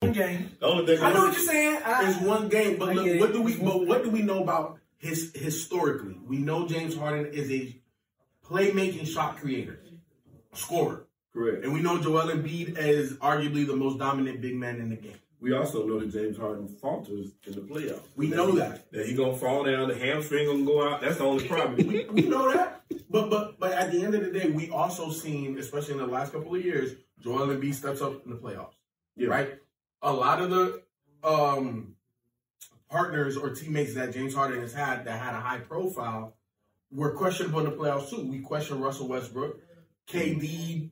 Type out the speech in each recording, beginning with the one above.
One game. The only thing I know what you're saying. I, It's one game, but I look, get it. what do we? But what do we know about his historically? We know James Harden is a playmaking shot creator, scorer, Correct. and we know Joel Embiid as arguably the most dominant big man in the game. We also know that James Harden falters in the playoffs. We know that. That he gonna fall down, the hamstring gonna go out. That's the only problem. We, we know that. But but but at the end of the day, we also seen, especially in the last couple of years, Joel Embiid steps up in the playoffs. Yeah. Right? A lot of the um partners or teammates that James Harden has had that had a high profile were questionable in the playoffs too. We questioned Russell Westbrook. KD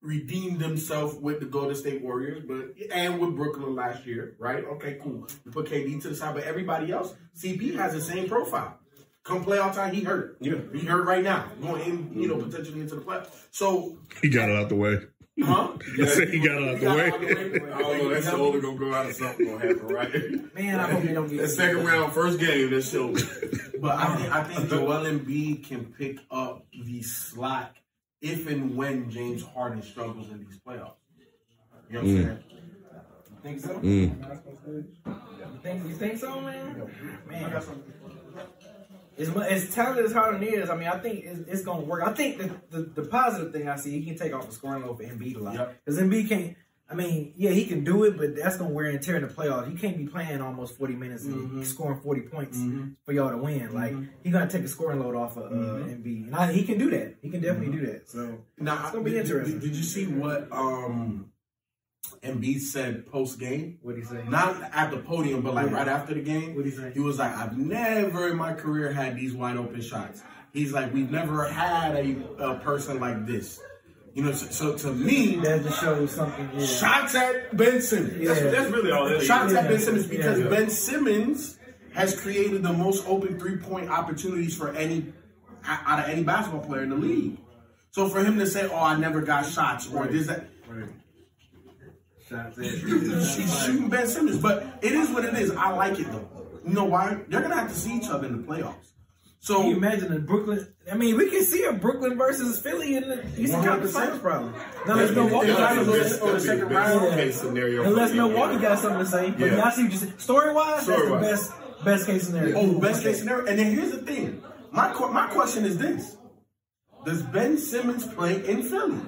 redeemed himself with the Golden State Warriors, but and with Brooklyn last year, right? Okay, cool. We put KD to the side, but everybody else, CP has the same profile. Come playoff time, he hurt. Yeah. Mm-hmm. he hurt right now. Going in, you know, potentially into the playoffs. So, He got it out the way. huh? I said he got it out the way. I don't know. That shoulder gonna go out or something gonna happen, right? man, I hope they don't get that second round, first game, that shoulder. But I think, I think Joel Embiid can pick up the slack if and when James Harden struggles in these playoffs. You know what I'm saying? Think so? You, think, you think so, man? Man, as, mu- as talented as Harden is, I mean, I think it's, it's going to work. I think the, the, the positive thing I see, he can take off the scoring load for Embiid a lot. Yep. Because Embiid can't, I mean, yeah, he can do it, but that's going to wear and tear in the playoffs. He can't be playing almost 40 minutes and scoring 40 points for y'all to win. Like, he's going to take the scoring load off of uh, Embiid. And I, he can do that. He can definitely do that. So, Now, it's going to be did- did- interesting. Did, you see what um, Embiid said post game? What'd he say? Not at the podium, but like right after the game. What'd he say? He was like, "I've never in my career had these wide open shots." He's like, "We've never had a, a person like this." You know, so, so to me, that just shows something. Yeah. shots at Ben Simmons. Yeah. That's, that's really all. That shots at Yeah. Ben Simmons because Yeah. Ben Simmons has created the most open three point opportunities for any out of any basketball player in the league. So for him to say, "Oh, I never got shots," or this that. Shots She's shooting Ben Simmons, but it is what it is. I like it though. You know why? They're gonna have to see each other in the playoffs. So Can you imagine a Brooklyn? I mean, we can see a Brooklyn versus Philly in the Eastern 100%. Conference Finals, probably. Now, there's It's Milwaukee. gotta got be something to best- say. or the second round. Yeah. case scenario. Unless Milwaukee got something to say, but Yeah. y'all see what you said. Story wise, that's the Story-wise. best best case scenario. Oh, best case scenario. And then here's the thing. My qu- my question is this: Does Ben Simmons play in Philly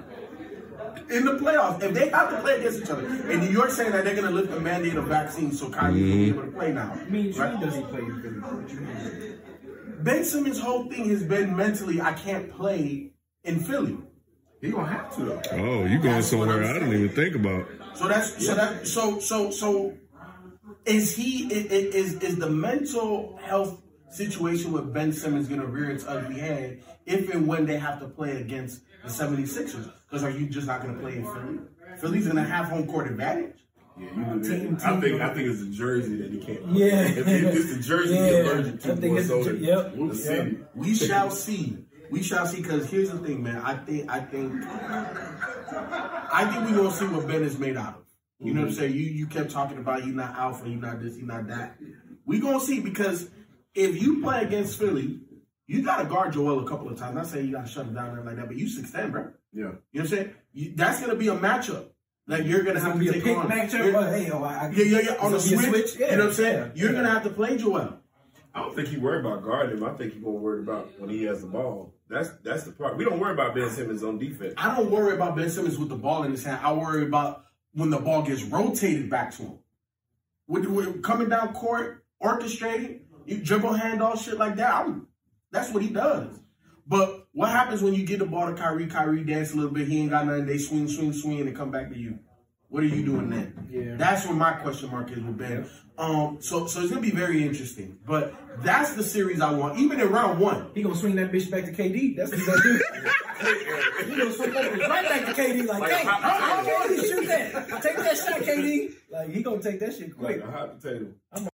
in the playoffs? If they have to play against each other, and New York saying that they're going to lift the mandate of vaccines, so Kyrie will be able to play now. I mean, right? Trey doesn't play in Philly. What you mean? Ben Simmons' whole thing has been mentally, I can't play in Philly. He gonna have to. though. Oh, you going That's what somewhere I'm I didn't even think about. So that's so that so so so is he i- i- is is the mental health situation with Ben Simmons going to rear its ugly head if and when they have to play against the 76ers? Because are you just not going to play in Philly? Philly's going to have home court advantage. Yeah, you do that. I think I think it's the jersey that he can't. Yeah. If he- it's the jersey Yeah. he's allergic to I think more it's so the- than yep. the city. We shall see. We shall see. Because here's the thing, man. I think I think I think we're gonna see what Ben is made out of. You know what I'm saying? You you kept talking about you not alpha, you not this, you not that. We gonna see because if you play against Philly, you gotta guard Joel a couple of times. Not saying you gotta shut him down or anything like that, but you six ten, bro. You Yeah. know what I'm saying? You, that's gonna be a matchup that you're gonna It's have gonna to be take a pick on. matchup. You're- but hey, oh, I, I, yeah, yeah, yeah. On the it's gonna switch, be a you know what I'm saying? yeah, You're yeah. gonna have to play Joel. I don't think he worried about guarding him. I think he's gonna worry about when he has the ball. That's that's the part. We don't worry about Ben Simmons on defense. I don't worry about Ben Simmons with the ball in his hand. I worry about when the ball gets rotated back to him. With, with coming down court, orchestrating, you dribble handoff, shit like that. I'm, that's what he does. But what happens when you get the ball to Kyrie? Kyrie dance a little bit. He ain't got nothing. They swing, swing, swing, and they come back to you. What are you doing then? Yeah. That's where my question mark is with Ben. Um, so so it's gonna be very interesting. But that's the series I want. Even in round one, He gonna swing that bitch back to KD. That's what he gonna do. he gonna swing that bitch right back to KD. Like, Like, hey, pop- how how long you shoot that? Take that shot, KD. Like, he gonna take that shit Like quick. a hot potato.